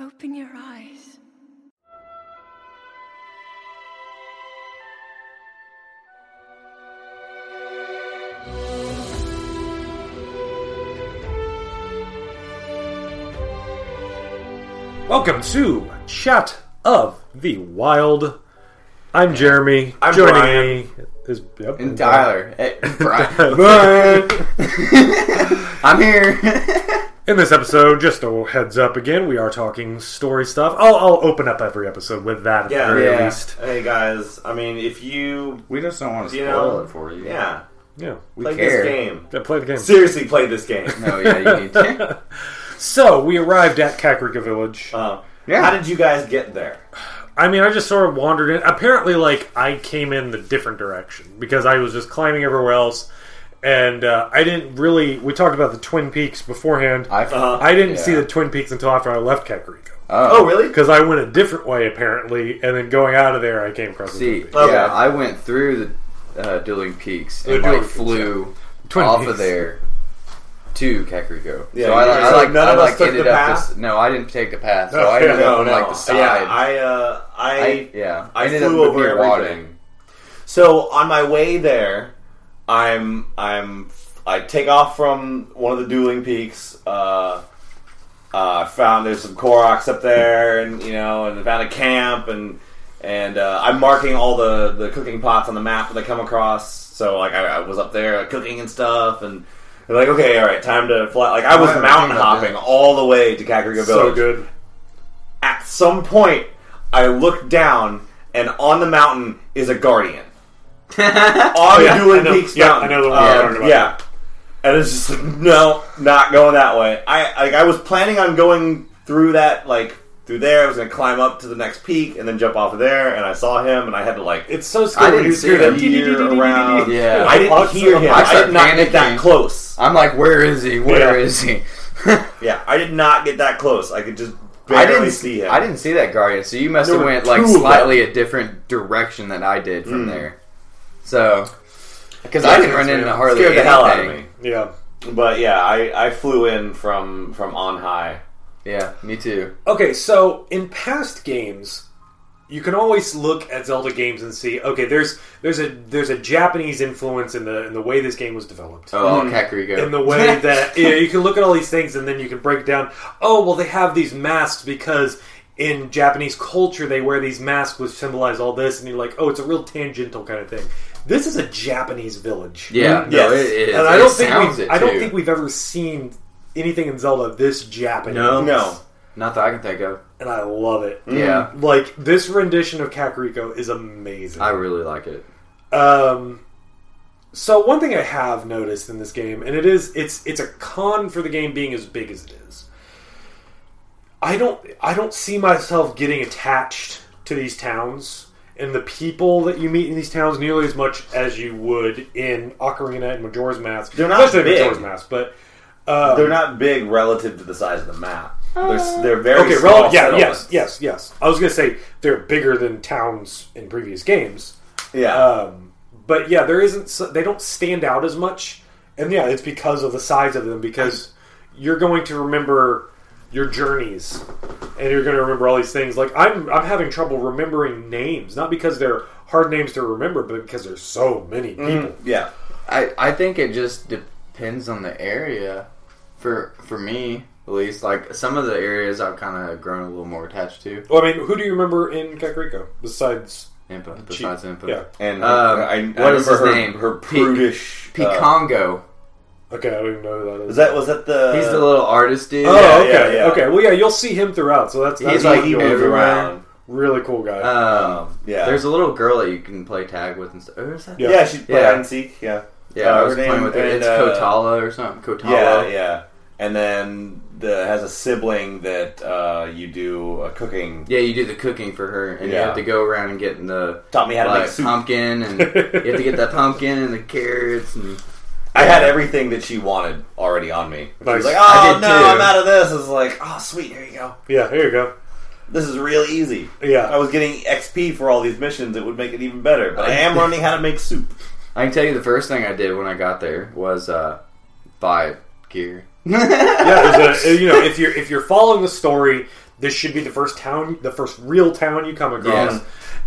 Open your eyes. Welcome to Chat of the Wild. I'm Jeremy. I'm Joining Brian. me is yep, And Tyler. Hey, Brian. Brian. I'm here. In this episode, just a heads up again, we are talking story stuff. I'll, I'll open up every episode with that at Yeah, the very yeah. least. Hey guys, I mean, if you we just don't want to you spoil know it for you. yeah, Yeah. We play care. this game. yeah, play the game. Seriously, play this game. No, yeah, you need to. So, we arrived at Kakarika Village. Uh, Yeah. How did you guys get there? I mean, I just sort of wandered in. Apparently, like, I came in the different direction because I was just climbing everywhere else. And uh, I didn't really. We talked about the Twin Peaks beforehand. I, I didn't Yeah. see the Twin Peaks until after I left Kakariko. Oh, really? Because I went a different way, apparently, and then going out of there, I came across the see. Twin Peaks. Oh, Okay. Yeah, I went through the uh, Dueling Peaks and The Dueling like, Peaks, flew Twin off Peaks. of there to Kakariko. Yeah, so I, you- like- I so like none I, of us like, took ended the up path? This, no, I didn't take the path. So No, I ended No, up on no. like the side. Yeah, I, uh, I, I- yeah, I ended flew up over near everything. Wadding. So on my way there, I'm, I'm, I take off from one of the dueling peaks. Uh, uh, I found there's some Koroks up there, and you know, and I found a camp, and and uh, I'm marking all the the cooking pots on the map that I come across. So like I, I was up there cooking and stuff, and they're like, okay, all right, time to fly. Like I was Wow, mountain I love that. hopping all the way to Kakariko Village. So good. At some point, I look down, and on the mountain is a guardian. on yeah, I Dueling know. Peaks Yeah, Mountain. I know the one Um, you're talking about. Yeah. And it's just like, no, not going that way. I like I was planning on going through that, like through there. I was gonna climb up to the next peak and then jump off of there. And I saw him, and I had to like It's so I scary. didn't You're see it. scared. year around. Yeah. I didn't hear him. I I did started not get that panicking. close. I'm like, where is he? Where Yeah. is he? Yeah, I did not get that close. I could just I barely didn't see him. I didn't see that Guardian, so you must There have were went two like of them. Hmm. slightly a different direction than I did from there. So, because I Yeah, didn't run scared into me. hardly scared the hell out of anything. me. Yeah. But yeah, I, I flew in from from on high. Yeah, me too. Um, Okay, so in past games, you can always look at Zelda games and see, okay, there's there's a there's a Japanese influence in the in the way this game was developed. Oh, all Kakariko. in the way that yeah, you can look at all these things and then you can break down. Oh, well, they have these masks because in Japanese culture they wear these masks which symbolize all this, and you're like, oh, it's a real tangential kind of thing. This is a Japanese village, yeah, Yes. no, it is. and I It don't think sounds we've, it, I don't too. think we've ever seen anything in Zelda this Japanese. No. Not that I can think of. and I love it. Yeah, Like this rendition of Kakariko is amazing. I really like it. Um, so one thing I have noticed in this game, and it is it's it's a con for the game being as big as it is. I don't I don't see myself getting attached to these towns and the people that you meet in these towns nearly as much as you would in Ocarina and Majora's Mask. They're not especially big. Majora's Mask, but um, They're not big relative to the size of the map. They're, s- they're very okay. small. Well, yeah, yes, settlements. yes, yes. I was gonna say they're bigger than towns in previous games. yeah. Um, but yeah, there isn't. so- They don't stand out as much, and yeah, it's because of the size of them. Because you're going to remember your journeys, and you're going to remember all these things. Like I'm, I'm having trouble remembering names, not because they're hard names to remember, but because there's so many people. yeah. I I think it just depends on the area. For for me, at least, like some of the areas I've kind of grown a little more attached to. Well, I mean, who do you remember in Kakariko besides? Impa, besides Impa. Yeah. And Um, I, I what is remember his her, name? Her Pe- prudish. uh, Picongo. Okay, I don't even know who that is. was that was that the? He's the little artist dude. Oh, Yeah, okay, yeah, yeah. okay. Well, yeah, you'll see him throughout. So that's, that's He's really like he cool. moves everywhere. around. really cool guy. Um, Yeah. There's a little girl that you can play tag with and stuff. Or is that? Yeah. Yeah, she played Yeah. hide and seek. Yeah. Yeah, Uh, I was her playing name- with her. and, It's uh, Kotala or something. Kotala. Yeah, yeah. And then that has a sibling that uh, you do a cooking. Yeah, you do the cooking for her, and Yeah. you have to go around and get the Taught me how to like, make soup. pumpkin, and you have to get the pumpkin and the carrots, and I had everything that she wanted already on me. She Nice. was like, I "Oh did no, too. I'm out of this." I was like, "Oh sweet, here you go. Yeah, here you go. This is real easy." Yeah. I was getting XP for all these missions. It would make it even better. But I am learning how to make soup. I can tell you the first thing I did when I got there was uh, buy gear. Yeah, there's a, you know, if you're if you're following the story, this should be the first town, the first real town you come across.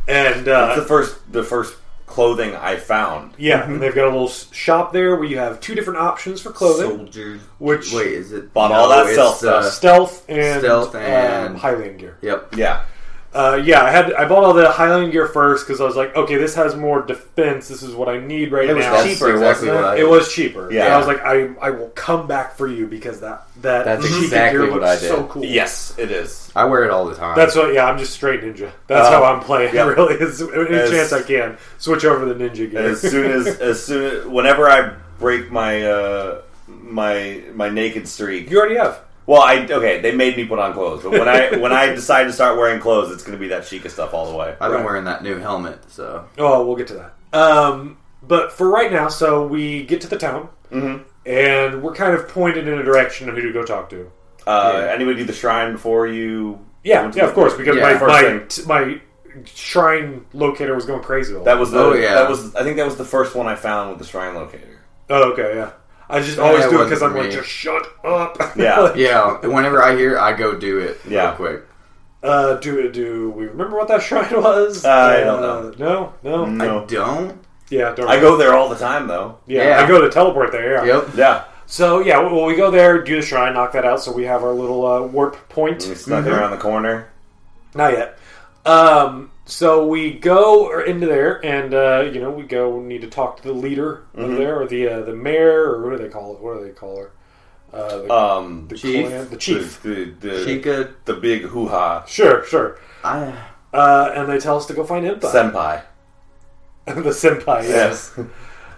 And uh, That's the first, the first clothing I found. yeah, mm-hmm. and they've got a little s- shop there where you have two different options for clothing: Soldiers. Which- wait, is it Bought all that it's, self uh, stuff. stealth and Stealth um, and- Highland gear. Yep. Yeah, Uh, yeah, I had I bought all the Highland gear first because I was like, okay, this has more defense. This is what I need right it was now. That's cheaper, exactly wasn't what it? I- It was cheaper. Yeah. Yeah, I was like, I, I will come back for you because that that That's Sheikah exactly gear what looks I did. So cool. Yes, it is. I wear it all the time. That's what. Yeah, I'm just straight ninja. That's Oh. how I'm playing. Yeah. Really, is any As- chance I can switch over to the ninja gear. As soon as, as soon, as, whenever I break my uh, my my naked streak, you already have. Well, I okay. They made me put on clothes, but when I when I decide to start wearing clothes, it's going to be that Chica stuff all the way. I've been wearing that new helmet, so Oh, we'll get to that. Um, but for right now, so we get to the town, Mm-hmm. and we're kind of pointed in a direction of who to go talk to. Uh, Yeah. Anybody do the shrine before you? Yeah, went to yeah, the- of course, because Yeah. my First my, thing. t- my shrine locator was going crazy. all That was the, Oh, yeah. That was I think that was the first one I found with the shrine locator. Oh, okay, yeah. I just always that do it wasn't because I'm me. like, just shut up. Yeah. yeah. Whenever I hear, it, I go do it. Yeah. real quick. Uh, do do we remember what that shrine was? I Uh, don't know. No, no. I No, don't. Yeah, don't. I go there all the time though. Yeah, Yeah. I go to teleport there. Yeah. Yep. Yeah, So yeah, well, we go there, do the shrine, knock that out, so we have our little uh, warp point. Mm-hmm. we snuck it around the corner. Not yet. Um, so we go er, into there, and uh, you know, we go need to talk to the leader of there, or the uh, the mayor, or what do they call it? What do they call her? Uh, the, Um, the chief. clan- the chief. the the, the, Chica, the big hoo ha Sure, sure. I Uh, and they tell us to go find Impa. senpai. the senpai. Yeah. Yes,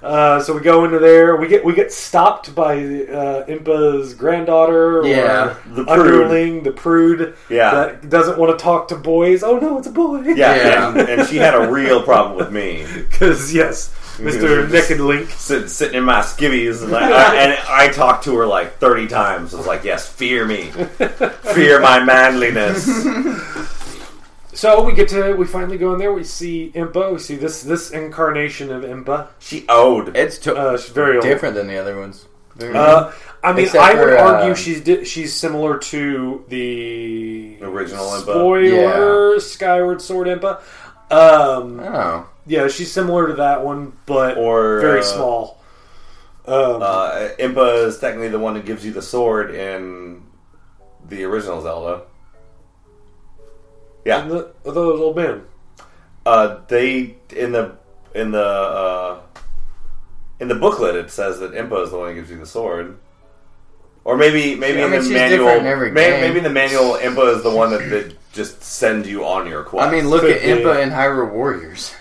Uh, so we go into there. We get we get stopped by uh, Impa's granddaughter. Yeah, or the prude. underling, the prude. Yeah. that doesn't want to talk to boys. Oh no, it's a boy. yeah, Yeah. And, and she had a real problem with me because yes, Mister Naked Link. Sit, sitting in my skivvies, and I, I, and I talked to her like thirty times. I was like, "Yes, fear me, fear my manliness." So we get to we finally go in there. We see Impa. We see this this incarnation of Impa. She owed. it's to- Uh, she's very old. different than the other ones. Very- Uh, I mean, Except I would for, uh, argue she's di- she's similar to the Original Impa. spoiler Skyward Sword Impa. Um, oh, Yeah, she's similar to that one, but Or, very uh, small. Um, Uh, Impa is technically the one who gives you the sword in the original Zelda. and the, the old man. Uh, they in the in the uh, in the booklet it says that Impa is the one who gives you the sword. Or maybe maybe Yeah, I in mean, the she's manual different in every may- game. maybe in the manual Impa is the one that, that just sends you on your quest. I mean, look Could at be. Impa and Hyrule Warriors.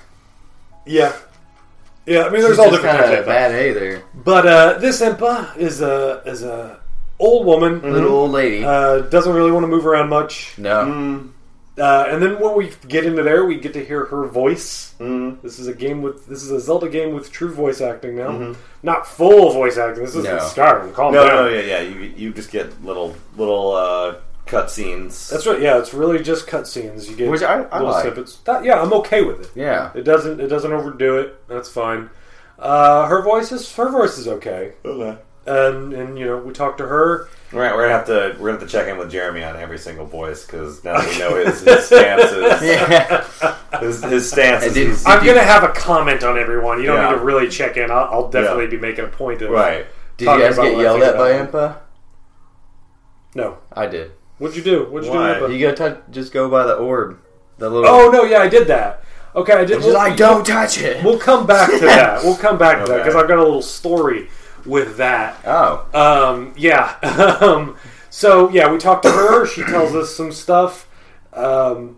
Yeah, yeah. I mean, She's there's all just different kinda types of Impa. bad A there. But uh, this Impa is a is a old woman. Little old lady. Uh, doesn't really want to move around much. no. Uh, and then when we get into there, we get to hear her voice. Mm. This is a game with this is a Zelda game with true voice acting now, not full voice acting. This is No. not Skyrim. Calm no, down. no, yeah, yeah. You you just get little little uh, cutscenes. That's right. Yeah, it's really just cutscenes. You get Which I- I little like. snippets. That, yeah, I'm okay with it. Yeah. It doesn't. It doesn't overdo it. That's fine. Uh, her voice is her voice is okay, Okay. and and you know we talked to her. Right, we're gonna have to we're gonna have to check in with Jeremy on every single voice because now that we know his, his stance is Yeah. his, his stance I did- is I'm gonna have a comment on everyone. You don't Yeah. need to really check in. I'll, I'll definitely Yeah. be making a point of right. Did you Talking guys about get what I yelled think at by about Impa? No, I did. what'd you do? What'd you Why? do? Impa? You gotta touch, just go by the orb. The little. Oh no, yeah, I did that. Okay, I did. She's like, don't touch it. We'll come back to that. We'll come back to that because Okay. I've got a little story with that. oh. Um, yeah. um, so yeah, we talked to her. She tells us some stuff. Um,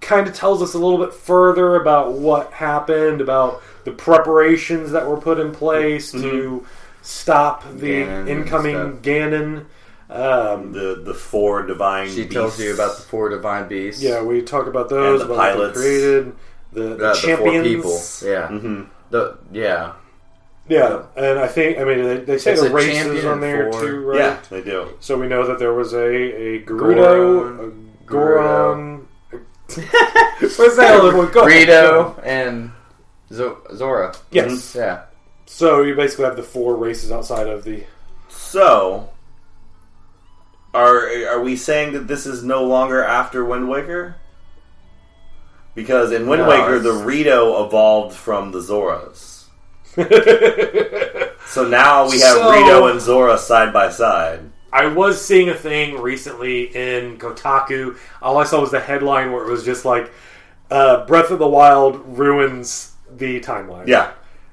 kind of tells us a little bit further about what happened, about the preparations that were put in place to stop the Mm-hmm. Ganon and incoming stuff. Ganon. Um, The the four divine. She tells you about the four divine beasts. yeah, we talk about those, the about what they pilots. created, the, the Uh, the four champions. Mm-hmm. people. Yeah. The yeah. Yeah, and I think I mean they, they say It's the a races champion on there for- too, right? Yeah, they do. So we know that there was a a Gerudo, a Goron. Goron. What's that other Oh, one called? Rito and Zo- Zora. Mm-hmm. Yes. Yeah. So you basically have the four races outside of the. So, are are we saying that this is no longer after Wind Waker? Because in Wind No, Waker, it's- the Rito evolved from the Zoras. So now we have So- Rito and Zora side by side. I was seeing a thing recently in Kotaku. All I saw was the headline where it was just like, uh, "Breath of the Wild ruins the timeline." Yeah.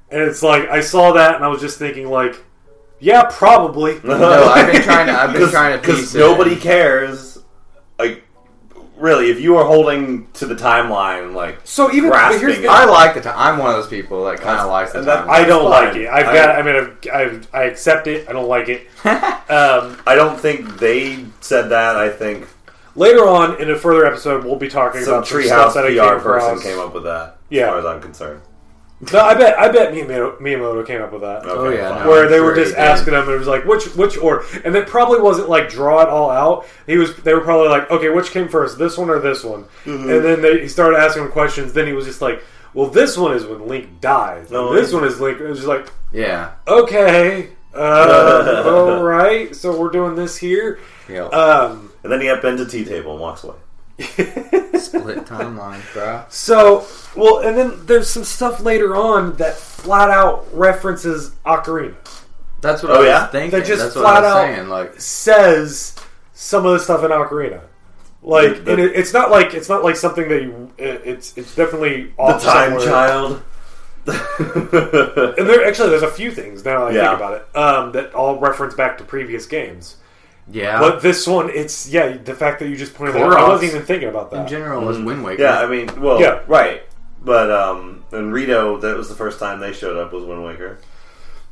and it's like I saw that and I was just thinking like, yeah, probably. No, I've been trying to. I've been trying to piece Because it nobody in. cares. Like, really, if you are holding to the timeline, like, So even but Grasping here's the, it. I like the time. I'm one of those people that kind of likes the and that- time. I don't Fine. like it. I've I- got. I mean, I've, I've, I accept it. I don't like it. um, I don't think they said that. I think later on in a further episode, we'll be talking some about some stuff treehouse that I came PR person across. came up with that. Yeah. As far as I'm concerned. No, I bet. I bet Miyamoto, Miyamoto came up with that. Oh, yeah, fine. no. Where I'm they were sure he just did. asking him, and it was like, which which order? And it probably wasn't like draw it all out. He was. They were probably like, okay, which came first, this one or this one? Mm-hmm. And then they, he started asking him questions. Then he was just like, well, this one is when Link dies. Oh, this yeah. one is Link. It was just like, Yeah. okay, uh, all right. So we're doing this here. Yeah. Uh, Um, And then he up into tea table and walks away. Split timeline, bro. so, well, and then there's some stuff later on that flat out references Ocarina. That's what Oh, I was yeah? thinking. They just That's flat what I was out- saying. Like, Says some of the stuff in Ocarina. Like, The- and it, it's not like it's not like something that you. It, it's it's definitely The off time Oh, somewhere. child. And there actually, there's a few things now that I Yeah. think about it um, that all reference back to previous games. yeah. But this one, it's yeah, the fact that you just pointed that out, I Clorox. wasn't even thinking about that. in general, was Wind Waker. Mm-hmm. yeah, I mean, well, Yeah. right. But um, and Rito, that was the first time they showed up was Wind Waker.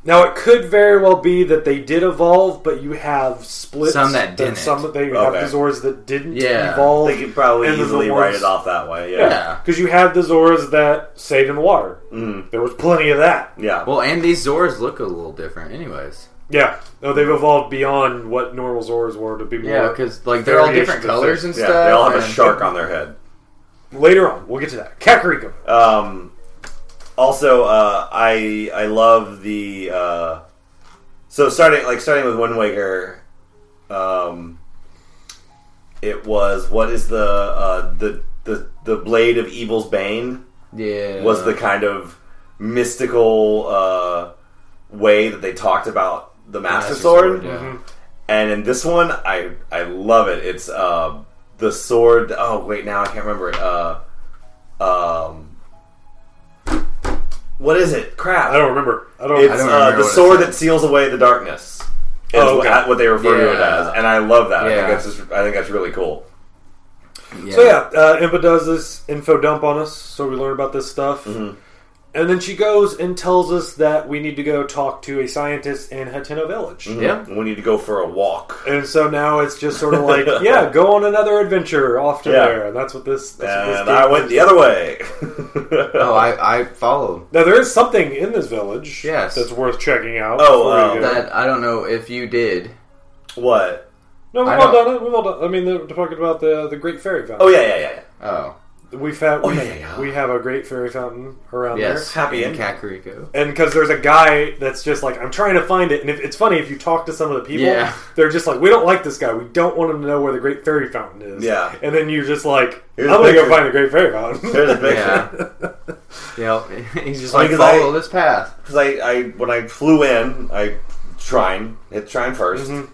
Now it could very well be that they did evolve, but you have splits. Some that didn't. Some that they Okay. have the Zoras that didn't Yeah. evolve. They could probably And the easily Zoras- write it off that way. Yeah. Yeah. because you had the Zoras that stayed in water. Mm. There was plenty of that. Yeah. Well, and these Zoras look a little different, anyways. Yeah, no, they've evolved beyond what normal Zoras were to be more. Yeah, because like they're all different Variations of colors and yeah, stuff. they all have a and- shark on their head. later on, we'll get to that. Kakariko. Um, also, uh, I I love the uh, so starting like starting with Wind Waker. Um, it was what is the uh, the the the blade of evil's bane Yeah. was the kind of mystical uh, way that they talked about the Master, Sword. Mm-hmm. yeah. And in this one, I I love it. It's uh, the sword. Oh wait, now I can't remember it. Uh, um, what is it? Crap! I don't remember. I don't. It's I don't uh, remember the what it sword said. that seals away the darkness. Is Oh, okay. what, what they refer to it Yeah. as, and I love that. I Yeah. think that's just, I think that's really cool. Yeah. So yeah, uh, Impa does this info dump on us, so we learn about this stuff, Mm-hmm. and then she goes and tells us that we need to go talk to a scientist in Hateno Village. Yeah. We need to go for a walk. And so now it's just sort of like, yeah, go on another adventure off to Yeah. there. And that's what this. That's what this And game I went is. the other way. Oh, I I followed Now there is something in this village. Yes. that's worth checking out. Oh, before uh, we go. that. I don't know if you did. what? no, we've I all don't- done it. We've all done. I mean, they're talking about the the Great Fairy Fountain. Oh yeah, yeah, yeah. yeah. Oh, we found. Oh, we, yeah, yeah, yeah. we have a Great Fairy Fountain around yes. there. Happy in ending. Kakariko. And because there's a guy that's just like, I'm trying to find it. And if, it's funny if you talk to some of the people, Yeah. they're just like, we don't like this guy. We don't want him to know where the Great Fairy Fountain is. Yeah. And then you're just like, Here's I'm a gonna go picture. find the Great Fairy Fountain. Here's a picture. Yeah. yep. He's Oh, just I like mean, 'cause follow I- this path. because I, I when I flew in, I shrine hit shrine 1st Mm-hmm.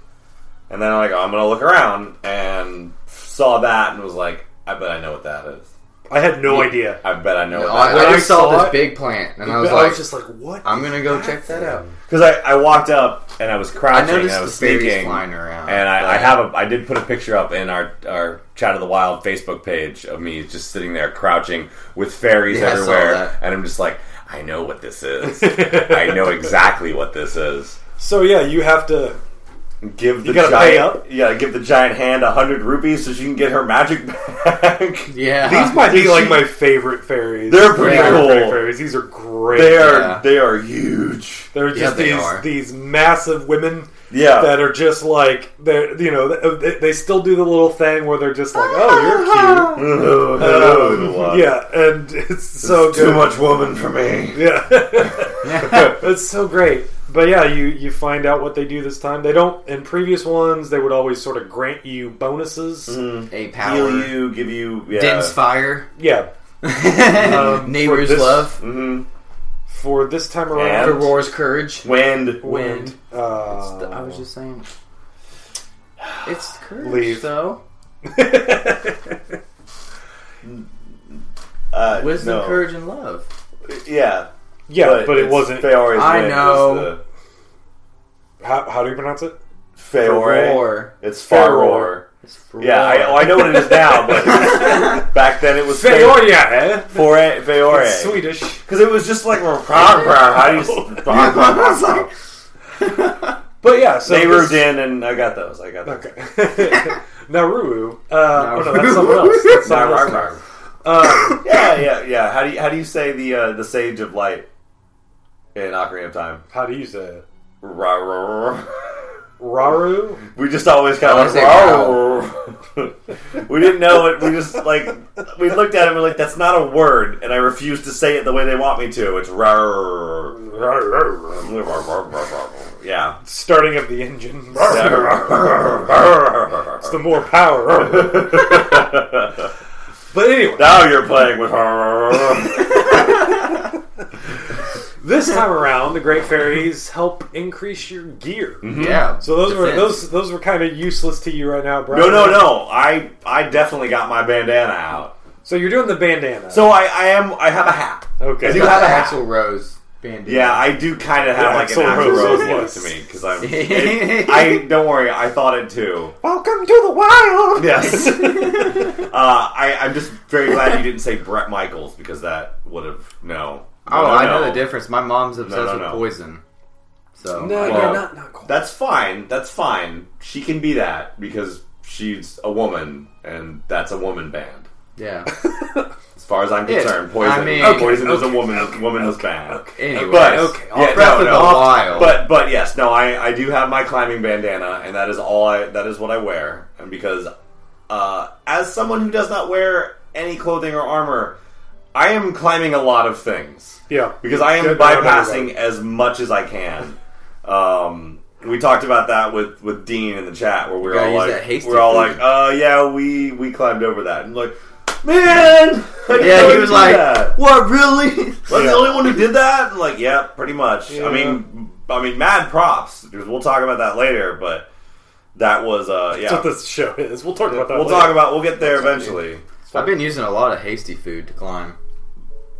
and then I'm like, oh, I'm gonna look around and saw that and was like, I bet I know what that is. I had no idea. I bet I know No, what I, When I I just saw, saw this it- big plant, and I I was was, like, just like, what? I'm gonna go check that out. because I, I walked up and I was I crouching and noticed I the was fairies sneaking flying around, and but- I, I have a I did put a picture up in our our chat of the wild Facebook page of me just sitting there crouching with fairies Yeah, I saw everywhere that. and I'm just like I know what this is I know exactly what this is So yeah, you have to Give the gotta giant, pay up. You gotta give the giant hand a hundred rupees so she can get her magic back. Yeah. These might be Did like she- my favorite fairies. Ah, They're pretty My favorite cool. fairies. These are great. They are Yeah. they are huge. They're just Yeah, they these are. these massive women Yeah. that are just like they're you know uh, they, they still do the little thing where they're just like oh you're cute Oh, Um, yeah and it's so too good. much woman for me. yeah it's so great but yeah you you find out what they do this time they don't in previous ones they would always sort of grant you bonuses Mm-hmm. a Heal power. you, give you yeah. Dense fire. yeah Um, for Neighbors this- love. Mhm. for this time And- around The roar's courage. Wind. Wind. uh, It's the- I was just saying. It's courage, Leave. though. Uh, Wisdom, no. courage, and love. Yeah. yeah but, it it's wasn't Feore's I wind is know. the- how, how do you pronounce it Feore. Roar. It's Feore. Feore. It's Yeah, I, oh, I know what it is now, but it was- back then it was Feore. Feoria Feore. Feore. it's Swedish Because it was just like, how do you... s- but yeah so they this- moved in and I got those. I got those. Okay. Nauru. Uh, Oh no, that's someone else. That's someone else. Um, yeah, yeah, yeah. How do you how do you say the uh, the Sage of Light in Ocarina of Time? how do you say it? Rah, rah, rah. Raru? We just always kind I of like, "Rah." we didn't know it. We just like we looked at it and we're like, that's not a word, and I refuse to say it the way they want me to. It's rah. yeah. Starting of the engine. It's the now more power. but anyway, you're playing with her. this time around, the Great Fairies help increase your gear. Yeah. So those were Defense. those those were kind of useless to you right now, Brian. No, no, no. I I definitely got my bandana out. So you're doing the bandana. So I, I am I have a hat. okay. I do Not have a the hat. Axl Rose bandana. Yeah, I do kind of have Yeah, like Axl an Axl Rose Rose is look nice. to me because I'm. It, I don't worry. I thought it too. Welcome to the wild. Yes. uh, I, I'm just very glad you didn't say Brett Michaels because that would have no. Oh, No, I know no. the difference. My mom's obsessed no, with no. poison. So No, I- you're Well, not not cool. That's fine. That's fine. She can be that because she's a woman, and that's a woman band. yeah. As far as I'm Yeah, concerned, I poison. mean- poison is a woman. woman is bad. Anyway, But okay. I'll yeah, Breath no, of no, the I'll- Wild. But but yes, no, I, I do have my climbing bandana, and that is all I that is what I wear. And because uh, as someone who does not wear any clothing or armor, I am climbing a lot of things Yeah. because I am Good to have bypassing everybody. as much as I can. Um, we talked about that with, with Dean in the chat where we were Gotta all use like, that hasty we're all food. like, uh, yeah, we we climbed over that, and like, man, I yeah, he couldn't was do like, that. "What really?" Was Yeah. the only one who did that? Like, yeah, pretty much. Yeah. I mean, I mean, mad props. Because we'll talk about that later, but that was, uh, yeah. That's what this show is. We'll talk about that. we'll later. talk about. We'll get there eventually. I've been using a lot of hasty food to climb.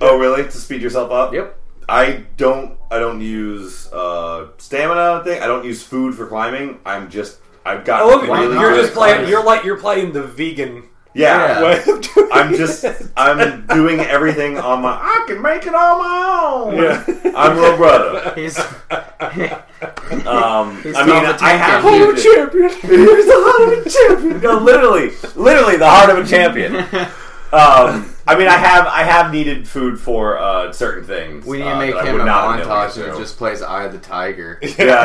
Oh, really? To speed yourself up? Yep. I don't. I don't use uh, stamina thing. I don't use food for climbing. I'm just. I've I got. love it. Why You're not? you're just playing. Why- You're like you're playing the vegan Yeah. Yeah. way of doing. I'm just. I'm doing everything on my. I can make it on my own. Yeah. I'm little brother. He's Um, He's I mean, not the I have. tank used it. Here's the heart of a champion. No, literally, literally the heart of a champion. Um, I mean, I have I have needed food for uh, certain things. we need uh, to make that I him would a not have known montage to that do. just plays "Eye of the Tiger" yeah, yeah,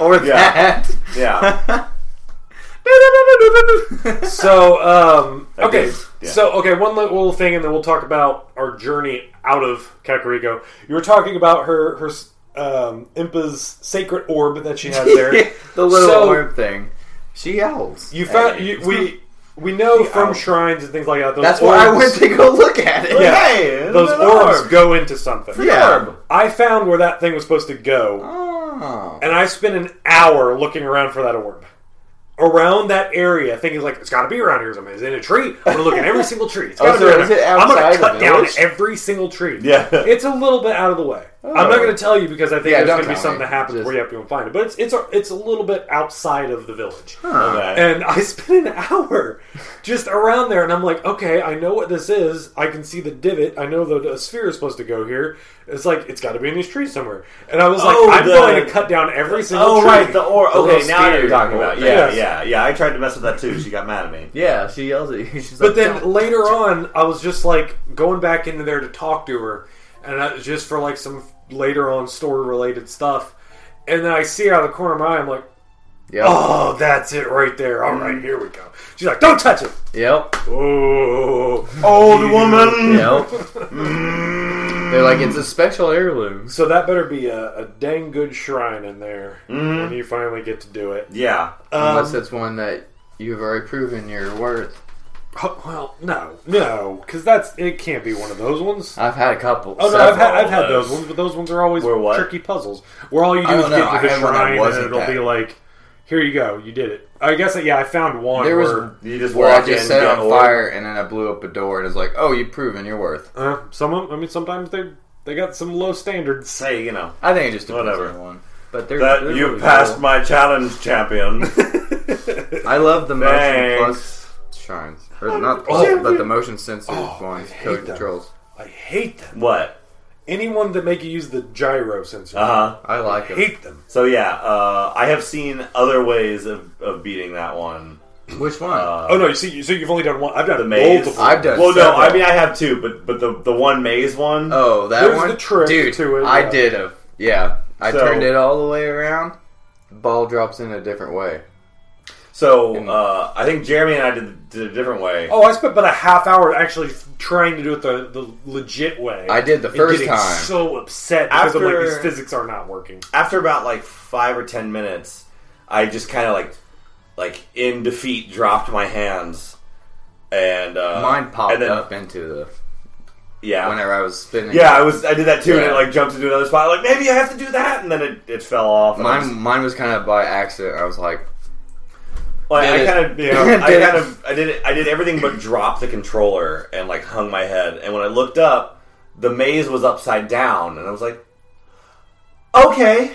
or Yeah. that. yeah. So um, That okay, is- yeah. so okay, one li- little thing, and then we'll talk about our journey out of Kakariko. You were talking about her her um, Impa's sacred orb that she had there. the little So- orb thing. She owls. you found Hey. you, we we know from owl. shrines and things like that. Those That's orbs, where I went to go look at it. Yeah. Hey, it's Those an orbs orb. go into something. Yeah. Orb. I found where that thing was supposed to go. Oh. And I spent an hour looking around for that orb. Around that area, thinking like it's got to be around here somewhere. Is it in a tree? I'm gonna look at every single tree. It's gotta Oh, so be around is here. it I'm outside gonna the cut down village? every single tree. Yeah. it's a little bit out of the way. I'm not going to tell you because I think Oh. Yeah, there's don't going to be tell something me. that happens Just- where you have to go find it. But it's it's a, it's a little bit outside of the village. Okay. And I spent an hour just around there, and I'm like, okay, I know what this is. I can see the divot. I know the, the sphere is supposed to go here. It's like it's got to be in these trees somewhere. And I was like, Oh, I'm the- going to cut down every single Oh tree. right, the or The okay. little Now I know what steer you're talking or- about. Yeah, Yes. yeah, yeah. I tried to mess with that too. She got mad at me. Yeah, she yells at you. She's But like, then "Don't." later on, I was just like going back into there to talk to her, and I, just for like some later on story related stuff. And then I see her out of the corner of my eye. I'm like, Yep. oh, that's it right there. All Mm. right, here we go. She's like, don't touch it. Yep. Oh, Old woman. Yep. Mm. They're like, it's a special heirloom. so that better be a, a dang good shrine in there Mm-hmm. when you finally get to do it. Yeah. Um, Unless it's one that you've already proven your worth. Oh, well, no, no, because that's it. Can't be one of those ones. I've had a couple. Oh no, I've had, several I've had of those those. ones, but those ones are always Were what? tricky puzzles where all you do I is don't know, get to Oh, I the had one that shrine and wasn't it'll be that. like, "Here you go, you did it." I guess uh, yeah, I found one. There was- where, You just Where walk I just in, set get it on old. fire and then I blew up a door and it's like, oh, you've proven your worth. uh, some. of- I mean, sometimes they they got some low standards. Hey, you know I think it just depends Whatever. on one. But they're, that they're you really passed cool. my challenge, champion. I love the motion Thanks. plus shrines, or not Oh, plus, but the motion sensitive ones, code controls. I hate them. What? Anyone that make you use the gyro sensor, Uh huh. I like I it. hate them. So yeah, uh, I have seen other ways of, of beating that one. Which one? Uh, Oh no, you see, you- so you've only done one. I've done The maze. multiple. I've done. well, no, several. I mean I have two, but but the the one maze one. oh, that There's one. the trick Dude, to it, yeah. I did a. Yeah, I So- turned it all the way around. Ball drops in a different way. So uh, I think Jeremy and I did, did a different way. Oh, I spent about a half hour actually f- trying to do it the, the legit way. I did the and first getting time. So upset because I'm like After- these physics are not working. After about like five or ten minutes, I just kind of like like in defeat dropped my hands, and uh, Mine popped and then- up into the Yeah, whenever I was spinning. yeah, I was I did that too, and Yeah. it like jumped into another spot. Like maybe I have to do that, and then it, it fell off. and I was- mine. Mine was kind of by accident. I was like, Like, Did I it. kind of, you know, I Did it. kind of, I did, it, I did everything but drop the controller and like hung my head. And when I looked up, the maze was upside down, and I was like, okay,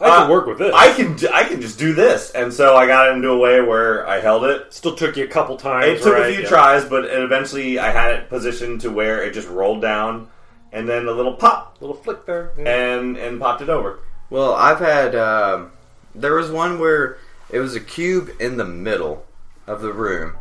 I can Uh, work with this. I can, d- I can just do this. And so I got into a way where I held it. Still took you a couple times. It took right? a few Yeah. tries, but it eventually I had it positioned to where it just rolled down, and then a little pop Little flick there. and and popped it over. Well, I've had. um there was one where it was a cube in the middle of the room,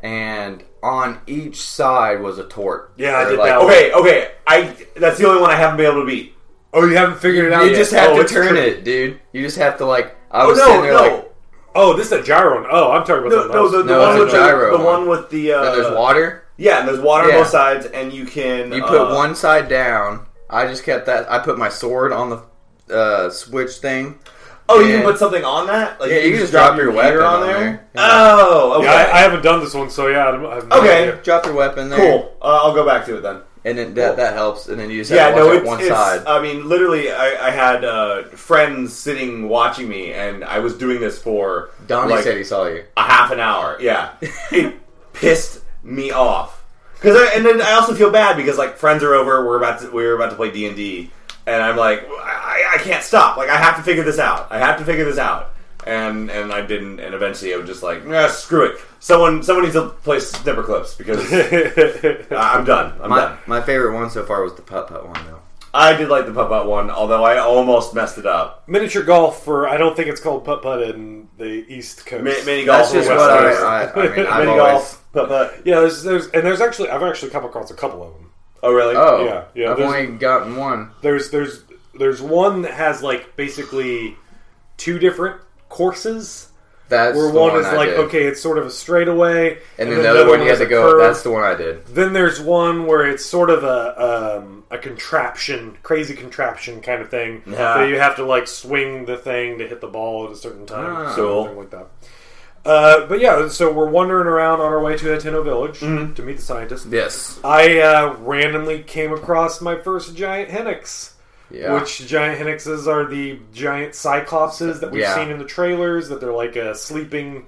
and on each side was a tort. Yeah, I Or did that one. Okay, okay, I that's the only one I haven't been able to beat. Oh, you haven't figured it out You yet. just have oh, to it's turn tri- it, dude. You just have to like. I Oh was sitting no, there no. like, Oh, this is a gyro one. Oh, I'm talking about No, something no, else. the, the No, one it's a with the, gyro the one. one with the uh, and there's water. Yeah, and there's water Yeah. on both sides, and you can You put uh, one side down. I just kept that. I put my sword on the uh, switch thing. Oh, you can yeah. put something on that. Like Yeah, you can just drop your gear weapon on there. Yeah. Oh, okay, yeah, I, I haven't done this one, so yeah. I don't- I have no Okay. idea. Drop your weapon there. cool. Uh, I'll go back to it then. And then that, that helps. And then you just have yeah, to watch no, out it's, one it's- side. uh, I mean, literally, I, I had uh, friends sitting watching me, and I was doing this for Donnie like, said he saw you. a half an hour. Yeah, it pissed me off because I and then I also feel bad because like friends are over, we're about to we're about to play D and D, and I'm like I, I can't stop. Like I have to figure this out. I have to figure this out. And and I didn't. And eventually I was just like, nah, screw it. Someone someone needs to play snipper clips because I- I'm done. I'm My, done. my favorite one so far was the putt putt one though. I did like the puppet one, although I almost messed it up. Miniature golf for I don't think it's called putt putt in the East Coast. Mi- mini golf. That's just or what I, West Coast. I, I mean. I've mini always, golf putt-putt. yeah, there's, there's and there's actually I've actually come across a couple of them. Oh really? oh, Yeah, yeah, I've there's- only gotten one. There's there's there's one that has like basically two different courses. That's Where the one is I like did. okay, it's sort of a straightaway, and then the other one you had has to a go. curve. That's the one I did. Then there's one where it's sort of a um, a contraption, crazy contraption kind of thing. Yeah. So you have to like swing the thing to hit the ball at a certain time, Ah. Cool. something like that. Uh, but yeah, so we're wandering around on our way to Ateno Village Mm-hmm. to meet the scientist. Yes. I uh, randomly came across my first giant Hennix. Yeah. Which giant Hennixes are the giant cyclopses that we've Yeah. seen in the trailers? That they're like uh, sleeping,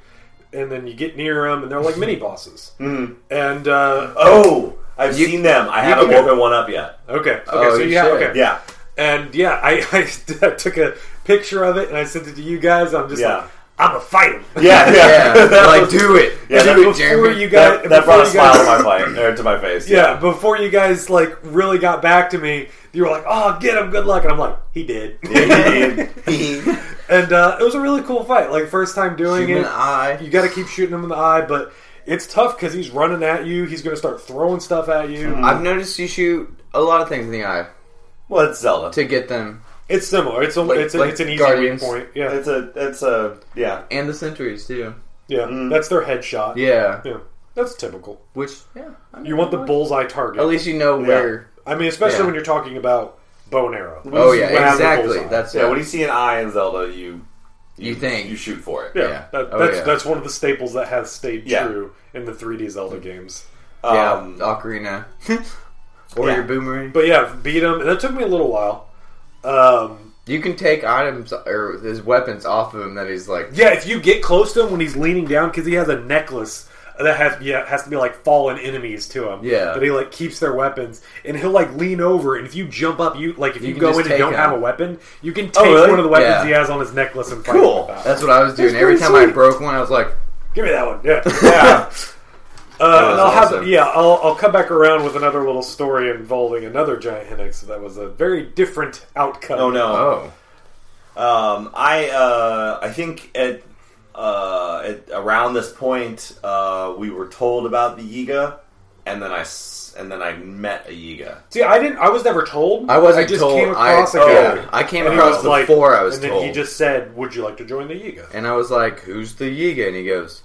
and then you get near them, and they're like mini bosses. Mm-hmm. And uh, Oh, I've You- seen them. I haven't can- woken one up yet. Okay. Okay. Oh, so you yeah. should. Okay. Yeah. And yeah, I, I, took a picture of it and I sent it to you guys. I'm just Yeah. like, I'm gonna fight him. Yeah, yeah. Yeah, That like was- do it. Yeah, that- do it, before Jeremy. you guys, That, that before brought a you guys- smile to my fight, or to my face. Yeah, before you guys like really got back to me, you were like, "Oh, get him, good luck," and I'm like, "He did." Yeah. and uh, it was a really cool fight. Like first time doing Human it, eye. you got to keep shooting him in the eye, but it's tough because he's running at you. He's going to start throwing stuff at you. I've noticed you shoot a lot of things in the eye well, it's Zelda. to get them, It's similar. It's a, Like- it's, a, like it's an easy Guardians. weak point. Yeah, It's a, it's a, yeah. and the sentries too. yeah. That's their headshot. Mm. Yeah, yeah. That's typical. which yeah, I mean, You want the bullseye target. at least you know where. I mean, especially Yeah. when you're talking about bow and arrow. Oh You yeah, have the exactly. bullseye. That's yeah. it. When you see an eye in Zelda, you, You think. you shoot for it. Yeah, yeah. That, Oh, that's yeah. that's one of the staples that has stayed Yeah. true in the 3D Zelda games. yeah, Um, ocarina or yeah. your boomerang. But yeah, beat him, and that took me a little while. Um, You can take items or his weapons off of him that he's like. yeah, if you get close to him when he's leaning down, because he has a necklace that has yeah has to be like fallen enemies to him. Yeah. but he like keeps their weapons, and he'll like lean over, and if you jump up, you like if you, can go just in and take don't him. Oh, have a weapon, you can take really? one of the weapons Yeah. he has on his necklace and fight Cool. him with that. That's what I was doing. Every time I broke one, I was like, Give me that one. Yeah. yeah. Uh, and was I'll have awesome. yeah, I'll, I'll come back around with another little story involving another giant headache. So that was a very different outcome. Oh no. "Oh, Um, I uh, I think at, uh, at around this point uh, we were told about the Yiga, and then I s- and then I met a Yiga. See, I didn't. I was never told. I wasn't I just told. Came I- across a oh, guy. yeah. I came And he across before I was and then he told. just said, "Would you like to join the Yiga?" And I was like, "Who's the Yiga?" And he goes,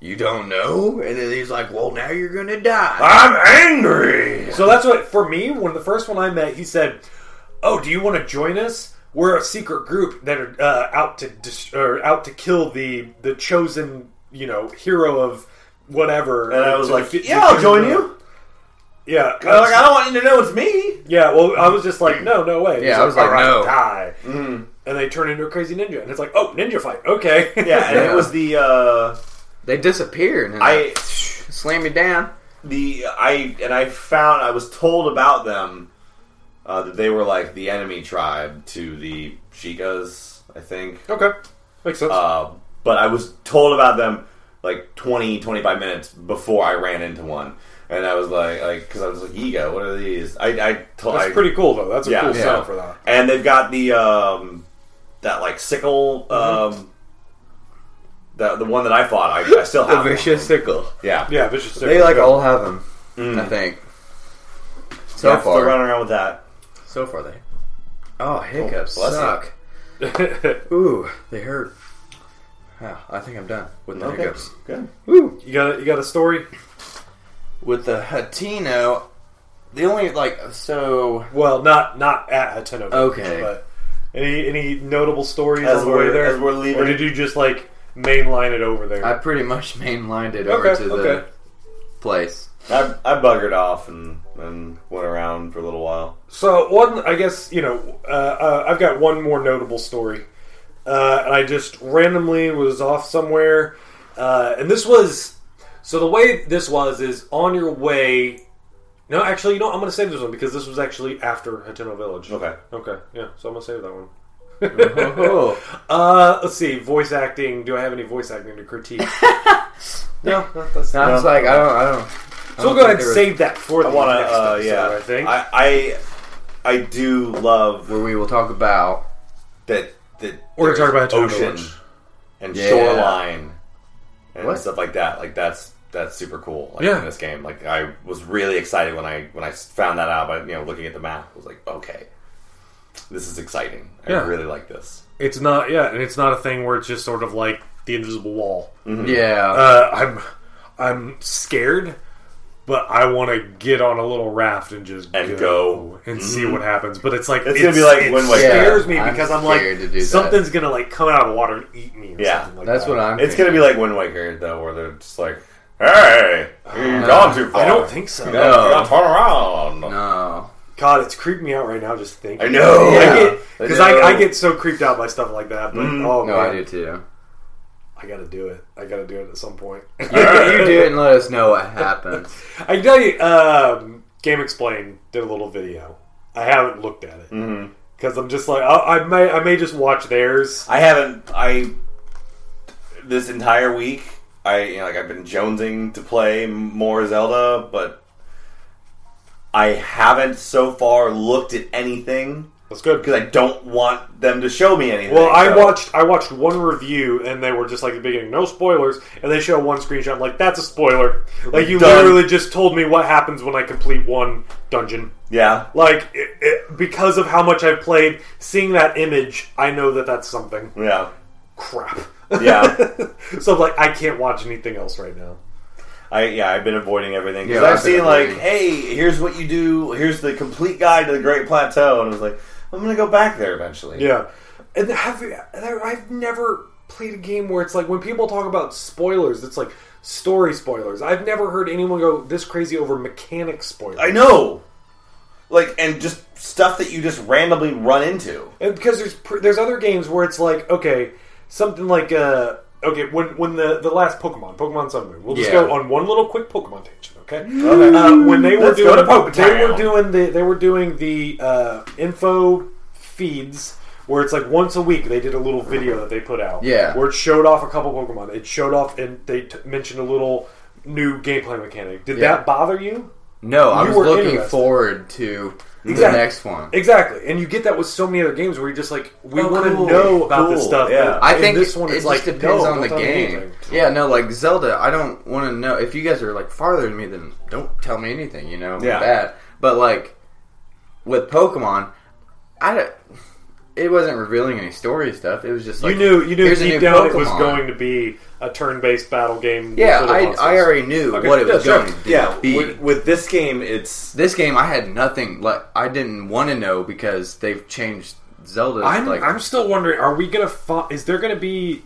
"You don't know." And then he's like, "Well, now you're gonna die." I'm angry. So that's what for me. When the first one I met, he said, "Oh, do you want to join us? We're a secret group that are uh, out to dis- or out to kill the the chosen, you know, hero of whatever." uh, And I was To like, defeat- "Yeah, I'll defeat join the- you." Yeah, I was like, I don't want you to know it's me. yeah. Well, I was just like, "No, no way." Yeah, I was like, "All right, no." die." Mm-hmm. And they turn into a crazy ninja, and it's like, "Oh, ninja fight." Okay. Yeah, and Yeah. it was the uh, They disappear, and then I I slam you down. the I and I found I was told about them uh, that they were like the enemy tribe to the Shikas, I think. Okay. Makes sense. Uh, but I was told about them like 20, 25 minutes before I ran into one, and I was like, like because I was like, "Ego, what are these?" I, I told That's I, pretty cool, though. That's a Yeah. cool Yeah. sound for that. and they've got the um, that like sickle um, the the one that I fought. I, I still have one. sickle. Yeah, Yeah, vicious. They like Circle. all have them. Mm. I think. So Yeah, still far, running around with that. so far they. Oh, hiccups bless you. suck. Ooh, they hurt. Yeah, I think I'm done with the hiccups. Good. Woo. You got a, you got a story? With the Hatino, the only like so Well, not not at Hateno. Okay. But any any notable stories As on the way we're- there? as we're leaving. or did you just like mainline it over there? I pretty much mainlined it over Okay, to the okay. place. I, I buggered off and, and went around for a little while. So one, I guess you know, uh, uh, I've got one more notable story, uh, and I just randomly was off somewhere, uh, and this was. So the way this was is on your way. No, actually, you know, what? I'm going to save this one because this was actually after Hateno Village. Okay. Okay. Yeah. So I'm going to save that one. Oh, Uh, let's see. Voice acting. Do I have any voice acting to critique? no, that- that's I was no. like, I don't, I don't. So we'll go ahead and there was- save that for the I want to, next uh, episode, yeah. I think. I, I, I do love where we will talk about that. that We're gonna talk there's about Tokyo ocean Village. and Yeah. shoreline and What? stuff like that. Like that's that's super cool. Like, Yeah. in this game, like I was really excited when I when I found that out. But you know, looking at the map, I was like, okay, this is exciting. I Yeah. really like this. it's not. Yeah, and it's not a thing where it's just sort of like the invisible wall. yeah, Uh, I'm, I'm scared, but I want to get on a little raft and just And go. Mm-hmm. and see what happens. But it's like It's gonna be like it Wind Waker. scares me Yeah, I'm because I'm, like scared to do that. something's gonna like come out of the water and eat me. Or Yeah, something like that's that. what I'm. It's gonna be like Wind Waker though, where they're just like, hey, you've Uh, gone too far. I don't think so. No, No. turn around. No, God, it's creeped me out right now just thinking. I know. Yeah. I get because I, know. Mm-hmm. I, get so creeped out by stuff like that. But oh no, man, I do too. I gotta do it. I gotta do it at some point. you do it and let us know what happens. I Mm-hmm. can tell you, um, Game Explain did a little video. I haven't looked at it because because I'm just like I, I may I may just watch theirs. I haven't. I this entire week, I you know, like I've been jonesing to play more Zelda, but I haven't so far looked at anything That's good because I don't want them to show me anything. Well, I so- watched I watched one review and they were just like at the beginning, no spoilers, and they show one screenshot. I'm like, that's a spoiler. Like you Done. literally just told me what happens when I complete one dungeon. Yeah, Like it, it, because of how much I've played, seeing that image, I know that that's something. yeah, Crap. yeah. so like I can't watch anything else right now. I yeah, I've been avoiding everything because Yeah, I've, I've been seen like, avoiding. hey, here's what you do. Here's the complete guide to the Great Plateau, and I was like, I'm gonna go back there eventually. Yeah, and have you- there- I've never played a game where it's like when people talk about spoilers, it's like story spoilers. I've never heard anyone go this crazy over mechanic spoilers. I know. Like and just stuff that you just randomly run into. And because there's pr- there's other games where it's like okay, something like uh okay when when the the last Pokemon Pokemon Sun Moon, we'll just Yeah. go on one little quick Pokemon tangent. Okay, Uh, when they were Let's go doing to Poketown. they were doing the they were doing the uh, info feeds. Where it's like once a week they did a little video that they put out. Yeah. Where it showed off a couple Pokemon. It showed off and they t- mentioned a little new gameplay mechanic. Did Yeah. that bother you? No, I You was were looking interested. forward to Exactly. the next one. Exactly, and you get that with so many other games where you're just like, we Oh, want to cool. know about this Cool, stuff. yeah. but I in think this one it it's just like depends no, on the don't tell me game. anything. Yeah, no, like Zelda, I don't want to know if you guys are like farther than me. Then don't tell me anything, you know. Yeah. Yeah. That, but like with Pokemon, I don't- it wasn't revealing any story stuff. It was just like you knew, you knew here's a deep new down it was Pokemon. going to be a turn-based battle game. Yeah, with little I, monsters. I already knew Okay, what it was yeah, sure. going to Yeah, be. with, with this game, it's this game, I had nothing. Like I didn't want to know because they've changed Zelda. I'm, like I'm still wondering: Are we gonna? Fo- is there gonna be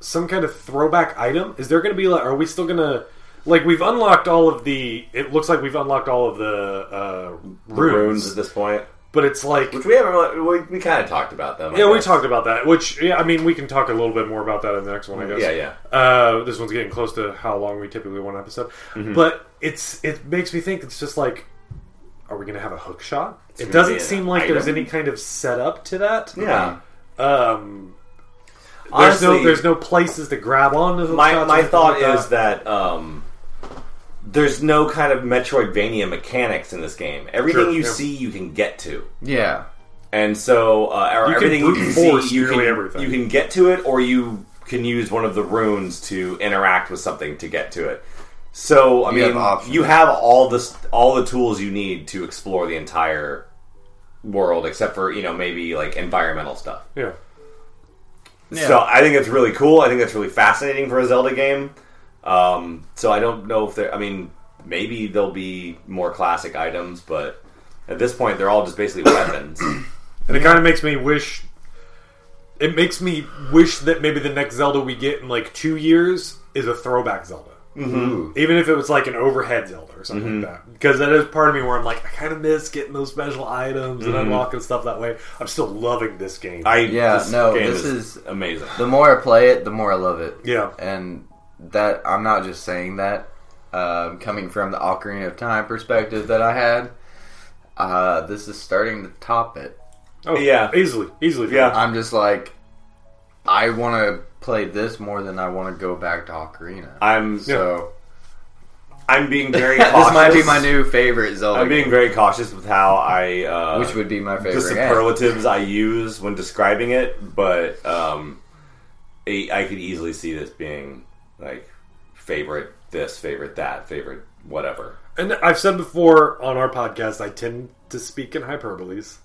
some kind of throwback item? Is there gonna be like? Are we still gonna? Like we've unlocked all of the. It looks like we've unlocked all of the uh, the runes runes, at this point. but it's like Which we haven't. Really, we we kind of talked about them. I yeah, we guess. talked about that. Which yeah, I mean, we can talk a little bit more about that in the next one, I guess. Yeah, Mm, yeah. Uh, this one's getting close to how long we typically want an episode, Mm-hmm. but it's it makes me think it's just like, are we going to have a hook shot? it gonna be doesn't an seem like there's item? any kind of setup to that. Yeah. Um, there's Honestly, no there's no places to grab on. to hook my shots or my anything thought like that. is that um, there's no kind of Metroidvania mechanics in this game. Everything Sure, you yeah. see, you can get to, yeah. and so uh, or You can everything brute you can force see, you can nearly everything. you can get to it, or you can use one of the runes to interact with something to get to it. So I You have mean, options. you have all this all the tools you need to explore the entire world, except for you know maybe like environmental stuff. yeah. Yeah. So I think it's really cool. I think that's really fascinating for a Zelda game. Um, so I don't know if there. I mean, maybe there'll be more classic items, but at this point, they're all just basically weapons. And it kind of makes me wish. It makes me wish that maybe the next Zelda we get in like two years is a throwback Zelda. Mm-hmm. Even if it was like an overhead Zelda or something like that. Because that is part of me where I'm like, I kind of miss getting those special items and unlocking stuff that way. I'm still loving this game. I Yeah, This no, game this is, is- amazing. The more I play it, the more I love it. Yeah. And that I'm not just saying that. Um, coming from the Ocarina of Time perspective that I had, uh, this is starting to top it. oh yeah. easily, easily. for Yeah. me. I'm just like, I want to play this more than I want to go back to Ocarina. I'm so I'm being very. this cautious. might be my new favorite Zelda, I'm being very cautious with how I. Uh, game, which would be my the favorite. game. superlatives I use when describing it, but um, I, I could easily see this being like favorite this, favorite that, favorite whatever. And I've said before on our podcast, I tend to speak in hyperboles.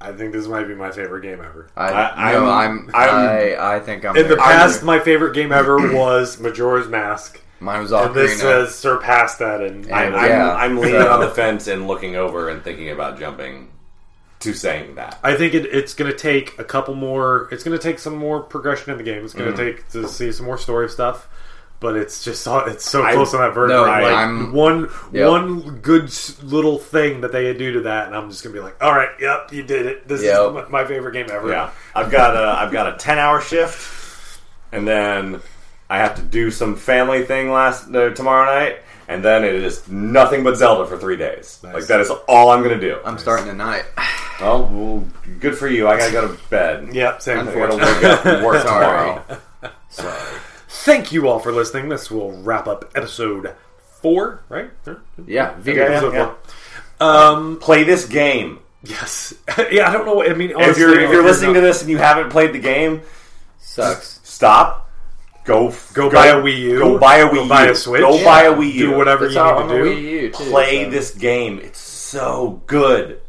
I think this might be my favorite game ever. I, I- no, I'm- I'm, I'm- I, I think I'm In the there. past, my favorite game ever was Majora's Mask. Mine was And this Ocarina. has surpassed that, and Yeah. I'm, I'm, I'm leaning on the fence and looking over and thinking about jumping to saying that. I think it, it's going to take a couple more. It's going to take some more progression in the game. It's going to take to see some more story stuff. But it's just so- it's so I- close on that verge. no, where, like I'm- one Yep. one good s- little thing that they do to that, and I'm just gonna be like, all right, yep, you did it. This Yep. is my- my favorite game ever. Yeah, I've got a I've got a ten hour shift, and then I have to do some family thing last uh, tomorrow night, and then it is nothing but Zelda for three days. Like that is all I'm gonna do. I'm starting tonight. Well, well, good for you. I gotta go to bed. Yep, same thing. Gotta wake up and work tomorrow. Sorry. Thank you all for listening. This will wrap up episode four, right? Yeah, yeah, Vegas. Episode yeah. four. Um, Play this game. yes. yeah, I don't know. I mean, if honestly, you're if you're listening not- to this and you haven't played the game, Sucks. stop. Go Go buy a Wii U. Go buy a Wii Go U. buy a Switch. Go buy a Wii U. do whatever That's how I'm a you need to Wii do. U too. Play so. this game. It's so good.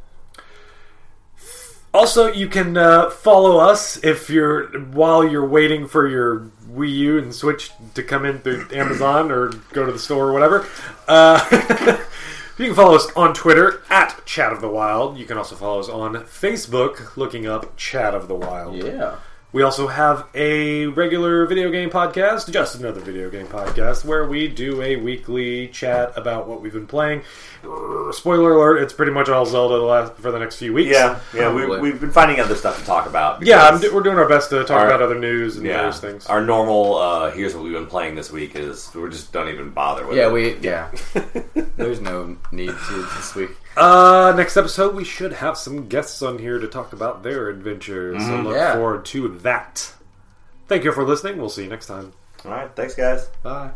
Also, you can uh, follow us if you're while you're waiting for your Wii U and Switch to come in through Amazon or go to the store or whatever. Uh, you can follow us on Twitter at Chat of the Wild. You can also follow us on Facebook, looking up Chat of the Wild. Yeah. We also have a regular video game podcast, just another video game podcast, where we do a weekly chat about what we've been playing. Uh, Spoiler alert: It's pretty much all Zelda the last for the next few weeks. Yeah, yeah. We, Probably. we've been finding other stuff to talk about. Yeah, I'm, because- do- we're doing our best to talk Our- about other news and yeah. various things. Our normal. Uh, here's what we've been playing this week is we're just don't even bother with. Yeah, it. we yeah. There's no need to this week. uh, next episode, we should have some guests on here to talk about their adventures. so Mm-hmm. look yeah. forward to that. Thank you for listening. We'll see you next time. All right. Thanks, guys. Bye.